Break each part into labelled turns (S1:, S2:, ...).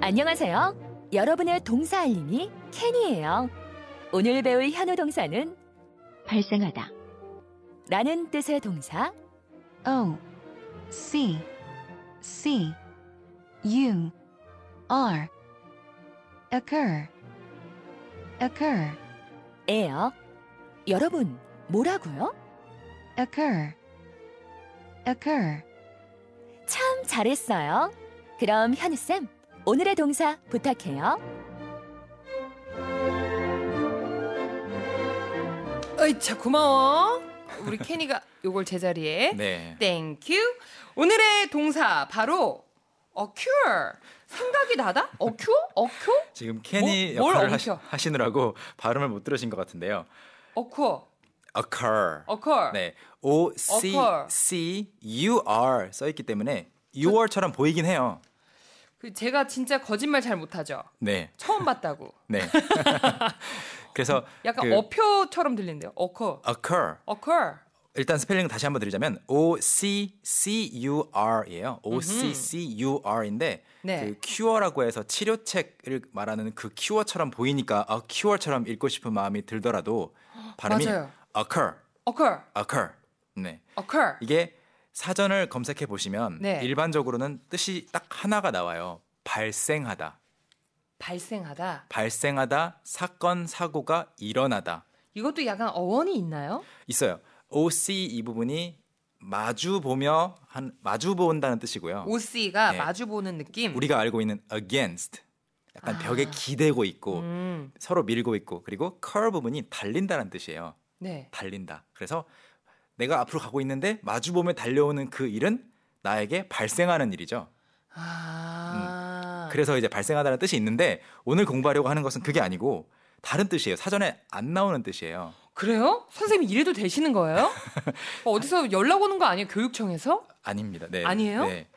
S1: 안녕하세요. 여러분의 동사 알림이 캔이에요. 오늘 배울 현우 동사는
S2: 발생하다.
S1: 라는 뜻의 동사
S2: O C C U R occur occur
S1: 예요. 여러분, 뭐라고요?
S2: occur occur
S1: 참 잘했어요. 그럼 현우쌤, 오늘의 동사 부탁해요.
S3: 어이차 고마워. 우리 케니가 요걸 제자리에.
S4: 네.
S3: 땡큐. 오늘의 동사 바로 occur. 생각이 나다? occur? occur?
S4: 지금 캐니
S3: 뭐, 뭘
S4: 역할을 하시,
S3: 엉켜?
S4: 하시느라고 발음을 못 들으신 것 같은데요.
S3: occur.
S4: occur.
S3: occur.
S4: 네. O C
S3: occur.
S4: C U R 써 있기 때문에 6월처럼 보이긴 해요.
S3: 그 제가 진짜 거짓말 잘 못하죠.
S4: 네.
S3: 처음 봤다고.
S4: 네. 그래서
S3: 약간
S4: 그
S3: 어표처럼 들린대요. occur.
S4: occur
S3: occur.
S4: 일단 스펠링 다시 한번 드리자면 O C C U R이에요. O C C U R인데
S3: 네.
S4: 그 큐어라고 해서 치료책을 말하는 그 큐어처럼 보이니까 아 큐어처럼 읽고 싶은 마음이 들더라도 발음이
S3: 맞아요.
S4: occur,
S3: occur.
S4: occur. 네.
S3: occur.
S4: 이게 사전을 검색해 보시면
S3: 네.
S4: 일반적으로는 뜻이 딱 하나가 나와요. 발생하다.
S3: 발생하다.
S4: 발생하다 사건 사고가 일어나다.
S3: 이것도 약간 어원이 있나요?
S4: 있어요. OC 이 부분이 마주 보며 한 마주 본다는 뜻이고요.
S3: OC가
S4: 네.
S3: 마주 보는 느낌.
S4: 우리가 알고 있는 against 약간 벽에 기대고 있고
S3: 아. 음.
S4: 서로 밀고 있고 그리고 curl 부분이 달린다는 뜻이에요.
S3: 네.
S4: 달린다. 그래서 내가 앞으로 가고 있는데 마주 보며 달려오는 그 일은 나에게 발생하는 일이죠.
S3: 아.
S4: 음. 그래서 이제 발생하다는 뜻이 있는데 오늘 공부하려고 하는 것은 그게 아니고 다른 뜻이에요. 사전에 안 나오는 뜻이에요.
S3: 그래요? 선생님 이래도 되시는 거예요? 어, 어디서 연락 오는 거 아니에요? 교육청에서?
S4: 아닙니다. 네.
S3: 아니에요?
S4: 네.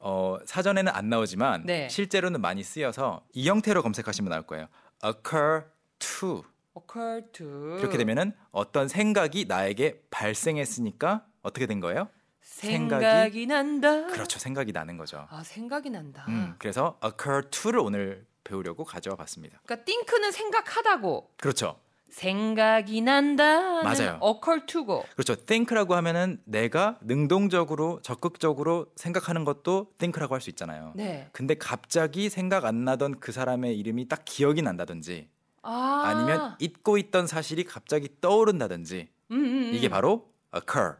S4: 어, 사전에는 안 나오지만
S3: 네.
S4: 실제로는 많이 쓰여서 이 형태로 검색하시면 나올 거예요. occur to
S3: occur to
S4: 이렇게 되면은 어떤 생각이 나에게 발생했으니까 어떻게 된 거예요?
S3: 생각이,
S4: 생각이
S3: 난다.
S4: 그렇죠. 생각이 나는 거죠.
S3: 아 생각이 난다.
S4: 음, 그래서 occur to를 오늘 배우려고 가져와 봤습니다.
S3: 그러니까 think는 생각하다고
S4: 그렇죠.
S3: 생각이 난다.
S4: 맞아요.
S3: occur to고
S4: 그렇죠. think라고 하면은 내가 능동적으로 적극적으로 생각하는 것도 think라고 할 수 있잖아요.
S3: 네.
S4: 근데 갑자기 생각 안 나던 그 사람의 이름이 딱 기억이 난다든지
S3: 아
S4: 아니면 잊고 있던 사실이 갑자기 떠오른다든지
S3: 음, 음, 음.
S4: 이게 바로 occur.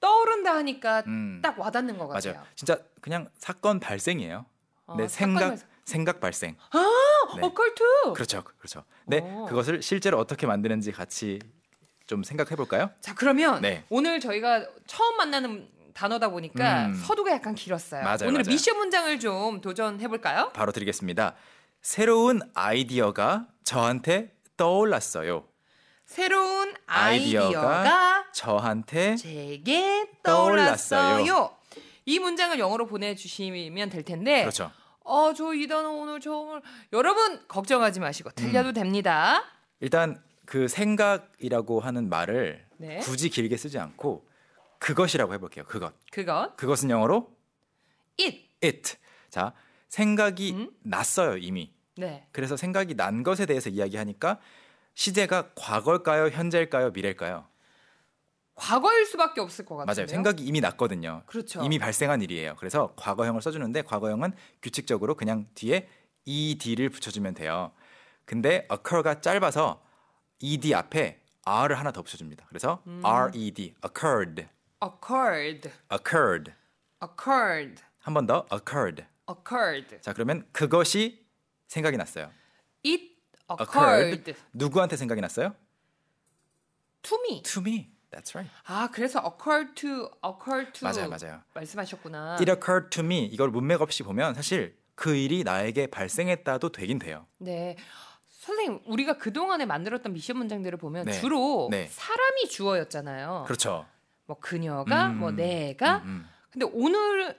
S3: 떠오른다 하니까
S4: 음,
S3: 딱 와닿는 것 같아요.
S4: 맞아요. 진짜 그냥 사건 발생이에요.
S3: 어,
S4: 네, 생각
S3: 사건에서.
S4: 생각 발생. 네.
S3: occur to.
S4: 그렇죠, 그렇죠. 네,
S3: 어. 오.
S4: 그것을 실제로 어떻게 만드는지 같이 좀 생각해 볼까요?
S3: 자 그러면
S4: 네.
S3: 오늘 저희가 처음 만나는 단어다 보니까
S4: 음.
S3: 서두가 약간 길었어요.
S4: 맞아요,
S3: 오늘
S4: 맞아요.
S3: 미션 문장을 좀 도전해 볼까요?
S4: 바로 드리겠습니다. 새로운 아이디어가 저한테 떠올랐어요.
S3: 새로운
S4: 아이디어가
S3: 아이디어가
S4: 저한테
S3: 제게
S4: 떠올랐어요.
S3: 떠올랐어요. 이 문장을 영어로 보내주시면 될 텐데.
S4: 그렇죠.
S3: 어, 저 이 단어 오늘 정말 여러분 걱정하지 마시고 틀려도
S4: 음.
S3: 됩니다.
S4: 일단 그 생각이라고 하는 말을
S3: 네.
S4: 굳이 길게 쓰지 않고 그것이라고 해볼게요. 그것.
S3: 그건
S4: 그것은 영어로
S3: it.
S4: it. 자, 생각이
S3: 음?
S4: 났어요, 이미.
S3: 네.
S4: 그래서 생각이 난 것에 대해서 이야기하니까 시제가 과거일까요, 현재일까요, 미래일까요?
S3: 과거일 수밖에 없을 것 같아요.
S4: 맞아요. 생각이 이미 났거든요.
S3: 그렇죠.
S4: 이미 발생한 일이에요. 그래서 과거형을 써주는데 과거형은 규칙적으로 그냥 뒤에 ed를 붙여주면 돼요. 근데 occur가 짧아서 ed 앞에 r을 하나 더 붙여줍니다. 그래서 red, occurred,
S3: occurred,
S4: occurred.
S3: occurred,
S4: 한 번 더 occurred.
S3: occurred.
S4: 자 그러면 그것이 생각이 났어요.
S3: it occurred,
S4: 누구한테 생각이 났어요?
S3: to me.
S4: To me. That's right.
S3: 아, 그래서 occurred to, occurred to.
S4: 맞아요, 맞아요.
S3: 말씀하셨구나.
S4: It occurred to me. 이걸 문맥 없이 보면 사실 그 일이 나에게 발생했다도 되긴 돼요.
S3: 네. 선생님, 우리가 그동안에 만들었던 미션 문장들을 보면
S4: 네.
S3: 주로
S4: 네.
S3: 사람이 주어였잖아요.
S4: 그렇죠.
S3: 뭐 그녀가,
S4: 음.
S3: 뭐 내가.
S4: 음,
S3: 근데 오늘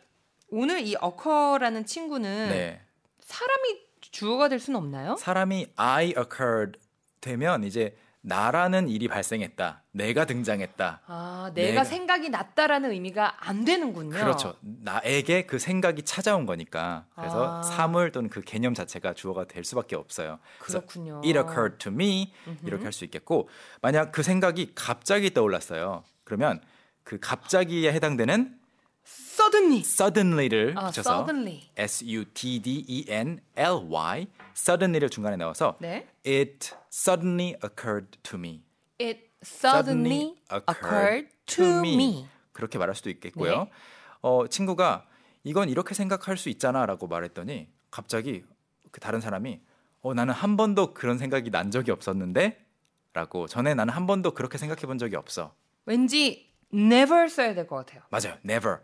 S3: 오늘 이 어커라는 친구는
S4: 음. 네.
S3: 사람이 주어가 될 수는 없나요?
S4: 사람이 I occurred 되면 이제 나라는 일이 발생했다. 내가 등장했다.
S3: 아, 내가,
S4: 내가-
S3: 생각이 났다라는 의미가 안 되는군요.
S4: 그렇죠. 나에게 그 생각이 찾아온 거니까. 그래서
S3: 아.
S4: 사물 또는 그 개념 자체가 주어가 될 수밖에 없어요. 그래서
S3: 그렇군요.
S4: It occurred to me 이렇게 할 수 있겠고 만약 그 생각이 갑자기 떠올랐어요. 그러면 그 갑자기에 해당되는
S3: suddenly.
S4: suddenly를
S3: 아,
S4: 붙여서
S3: suddenly.
S4: S U T D E N L Y suddenly를 중간에 넣어서
S3: 네.
S4: It suddenly occurred to me.
S3: It suddenly occurred to me.
S4: 그렇게 말할 수도 있겠고요.
S3: 네.
S4: 어, 친구가 이건 이렇게 생각할 수 있잖아라고 말했더니 갑자기 그 다른 사람이 어, 나는 한 번도 그런 생각이 난 적이 없었는데라고 전에 나는 한 번도 그렇게 생각해 본 적이 없어.
S3: 왠지 never 써야 될 것 같아요.
S4: 맞아요. never.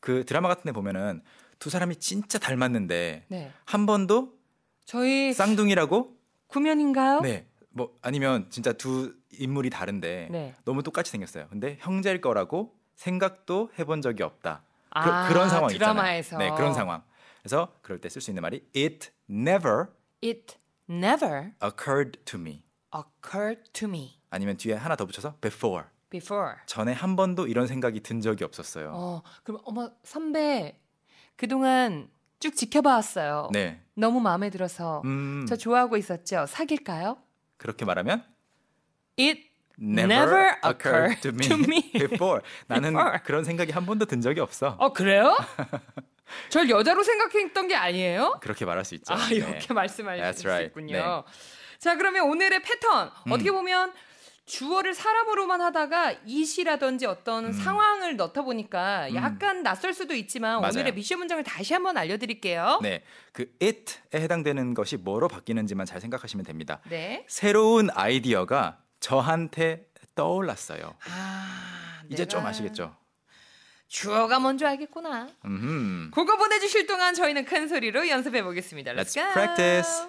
S4: 그 드라마 같은 데 보면은 두 사람이 진짜 닮았는데
S3: 네.
S4: 한 번도
S3: 저희
S4: 쌍둥이라고
S3: 구면인가요?
S4: 네. 뭐 아니면 진짜 두 인물이 다른데
S3: 네.
S4: 너무 똑같이 생겼어요. 근데 형제일 거라고 생각도 해본 적이 없다. 그,
S3: 아,
S4: 런 상황
S3: 드라마에서.
S4: 있잖아요. 네, 그런 상황. 그래서 그럴 때 쓸 수 있는 말이 it never
S3: It never
S4: occurred to me.
S3: occurred to me
S4: 아니면 뒤에 하나 더 붙여서 before.
S3: before.
S4: 전에 한 번도 이런 생각이 든 적이 없었어요.
S3: 어, 그럼 어머 선배 그동안 쭉 지켜봐왔어요.
S4: 네.
S3: 너무 마음에 들어서
S4: 음,
S3: 저 좋아하고 있었죠. 사귈까요?
S4: 그렇게 말하면
S3: It
S4: never,
S3: Never
S4: occurred to me,
S3: occurred to me.
S4: before. 나는
S3: Before.
S4: 그런 생각이 한 번도 든 적이 없어.
S3: 어 그래요? 절 여자로 생각했던 게 아니에요?
S4: 그렇게 말할 수 있죠.
S3: 아
S4: 네.
S3: 이렇게 말씀하실
S4: That's
S3: 수
S4: right. 네. 음.
S3: 있군요. 자 그러면 오늘의 패턴 어떻게 보면 주어를 사람으로만 하다가 이시라든지
S4: 음.
S3: 어떤 상황을 넣다 보니까 약간 낯설 수도 있지만
S4: 맞아요.
S3: 오늘의 미션 문장을 다시 한번 알려드릴게요.
S4: 네. 그 it에 해당되는 것이 뭐로 바뀌는지만 잘 생각하시면 됩니다.
S3: 네.
S4: 새로운 아이디어가 저한테 떠올랐어요.
S3: 아,
S4: 이제
S3: 내가
S4: 좀 아시겠죠?
S3: 주어가 뭔지 알겠구나.
S4: 음흠.
S3: 그거 보내주실 동안 저희는 큰 소리로 연습해 보겠습니다. Let's
S4: Let's
S3: go.
S4: practice.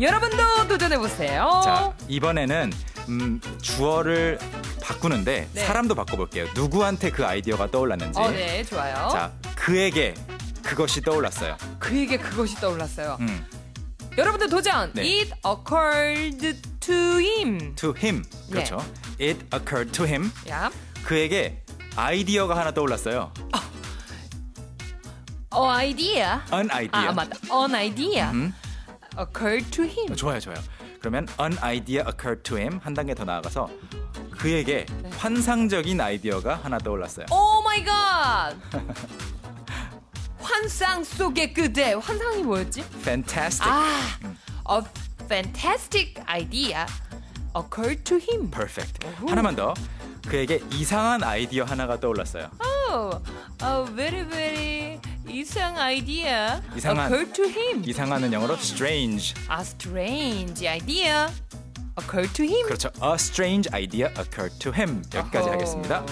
S3: 여러분도 도전해 보세요.
S4: 자, 이번에는 음, 주어를 바꾸는데
S3: 네.
S4: 사람도 바꿔볼게요. 누구한테 그 아이디어가 떠올랐는지.
S3: 어, 네, 좋아요.
S4: 자, 그에게 그것이 떠올랐어요.
S3: 그에게 그것이 떠올랐어요.
S4: 음,
S3: 여러분들 도전.
S4: 네.
S3: It occurred to him.
S4: to him.
S3: 네.
S4: 그렇죠. It occurred to him.
S3: 야.
S4: 그에게 아이디어가 하나 떠올랐어요.
S3: An idea.
S4: An idea.
S3: 아, 맞다. An idea
S4: 음.
S3: occurred to him.
S4: 어, 좋아요, 좋아요. 그러면 an idea occurred to him 한 단계 더 나아가서 그에게
S3: 네.
S4: 환상적인 아이디어가 하나 떠올랐어요.
S3: 오 마이 갓. 환상 속의 그대. 환상이 뭐였지?
S4: 네. Fantastic.
S3: 아,
S4: 음.
S3: a fantastic idea occurred to him.
S4: Perfect. 하나만 더. 그에게 이상한 아이디어 하나가 떠올랐어요.
S3: Oh, a very very 이상 idea
S4: 이상한.
S3: occurred to him.
S4: 이상한은 영어로 strange.
S3: A strange idea occurred to him.
S4: 그렇죠. A strange idea occurred to him. 여기까지
S3: 어허.
S4: 하겠습니다.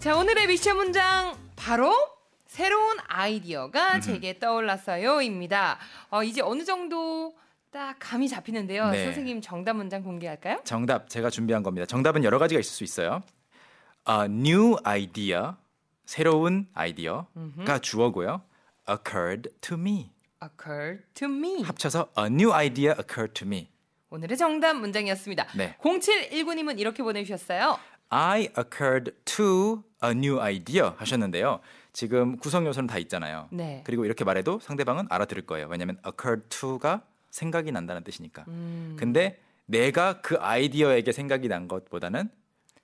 S3: 자, 오늘의 미션 문장 바로 새로운 아이디어가 제게 떠올랐어요입니다. 어, 이제 어느 정도 딱 감이 잡히는데요.
S4: 네.
S3: 선생님 정답 문장 공개할까요?
S4: 정답 제가 준비한 겁니다. 정답은 여러 가지가 있을 수 있어요. A new idea, 새로운 아이디어가 주어고요. occurred to me.
S3: occurred to me.
S4: 합쳐서 a new idea occurred to me.
S3: 오늘의 정답 문장이었습니다.
S4: 네.
S3: 0719님은 이렇게 보내주셨어요.
S4: I occurred to a new idea 하셨는데요. 지금 구성 요소는 다 있잖아요.
S3: 네.
S4: 그리고 이렇게 말해도 상대방은 알아들을 거예요. 왜냐하면 occurred to가 생각이 난다는 뜻이니까.
S3: 음.
S4: 근데 내가 그 아이디어에게 생각이 난 것보다는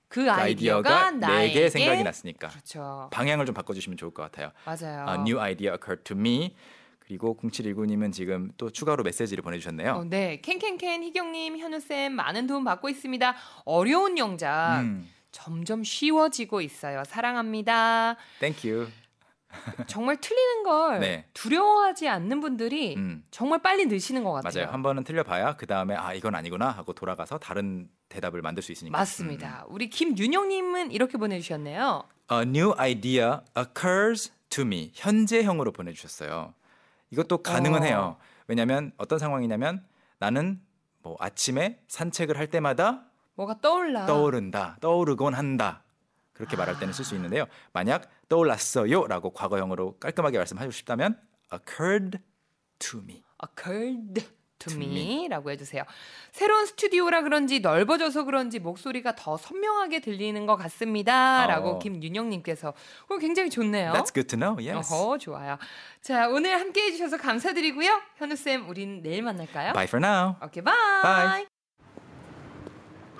S3: 그
S4: 그
S3: 아이디어가,
S4: 아이디어가
S3: 나에게
S4: 내게 생각이 났으니까
S3: 그렇죠.
S4: 방향을 좀 바꿔주시면 좋을 것 같아요.
S3: 맞아요.
S4: A new idea occurred to me. 그리고 0719님은 지금 또 추가로 메시지를 보내주셨네요.
S3: 어, 네, 캔캔캔 희경님, 현우쌤 많은 도움 받고 있습니다. 어려운 영작
S4: 음,
S3: 점점 쉬워지고 있어요. 사랑합니다.
S4: thank you.
S3: 정말 틀리는 걸
S4: 네.
S3: 두려워하지 않는 분들이
S4: 음.
S3: 정말 빨리 느시는 것 같아요.
S4: 맞아요. 한 번은 틀려봐야 그 다음에 아 이건 아니구나 하고 돌아가서 다른 대답을 만들 수 있으니까.
S3: 맞습니다. 우리 김윤영님은 이렇게 보내주셨네요.
S4: 음. A new idea occurs to me. 현재형으로 보내주셨어요. 이것도 가능은
S3: 어.
S4: 해요. 왜냐하면 어떤 상황이냐면 나는 뭐 아침에 산책을 할 때마다
S3: 뭐가 떠올라.
S4: 떠오른다, 떠오르곤 한다. 그렇게 말할 때는 쓸 수 있는데요. 만약 떠올랐어요라고 과거형으로 깔끔하게 말씀하시고 싶다면 occurred to me.
S3: occurred 아, to
S4: To
S3: me라고 해주세요. 새로운 스튜디오라 그런지 넓어져서 그런지 목소리가 더 선명하게 들리는 것 같습니다라고
S4: 어.
S3: 김윤영님께서 오, 굉장히 좋네요.
S4: That's good to know. Yes.
S3: 어허 좋아요. 자 오늘 함께 해주셔서 감사드리고요. 현우 쌤, 우린 내일 만날까요?
S4: Bye for now.
S3: 오케이 바이.
S4: Bye.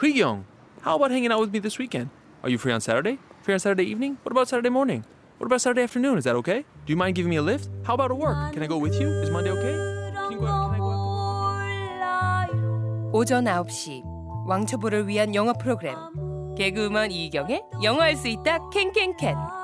S5: Young, how about hanging out with me this weekend? Are you free on Saturday? Free on Saturday evening? What about Saturday morning? What about Saturday afternoon? Is that okay? Do you mind giving me a lift? How about a work? Can I go with you? Is Monday okay? Can you go out? Can I go out?
S3: 오전 9시 왕초보를 위한 영어 프로그램 개그우먼 이경의 영어할 수 있다 캔캔캔.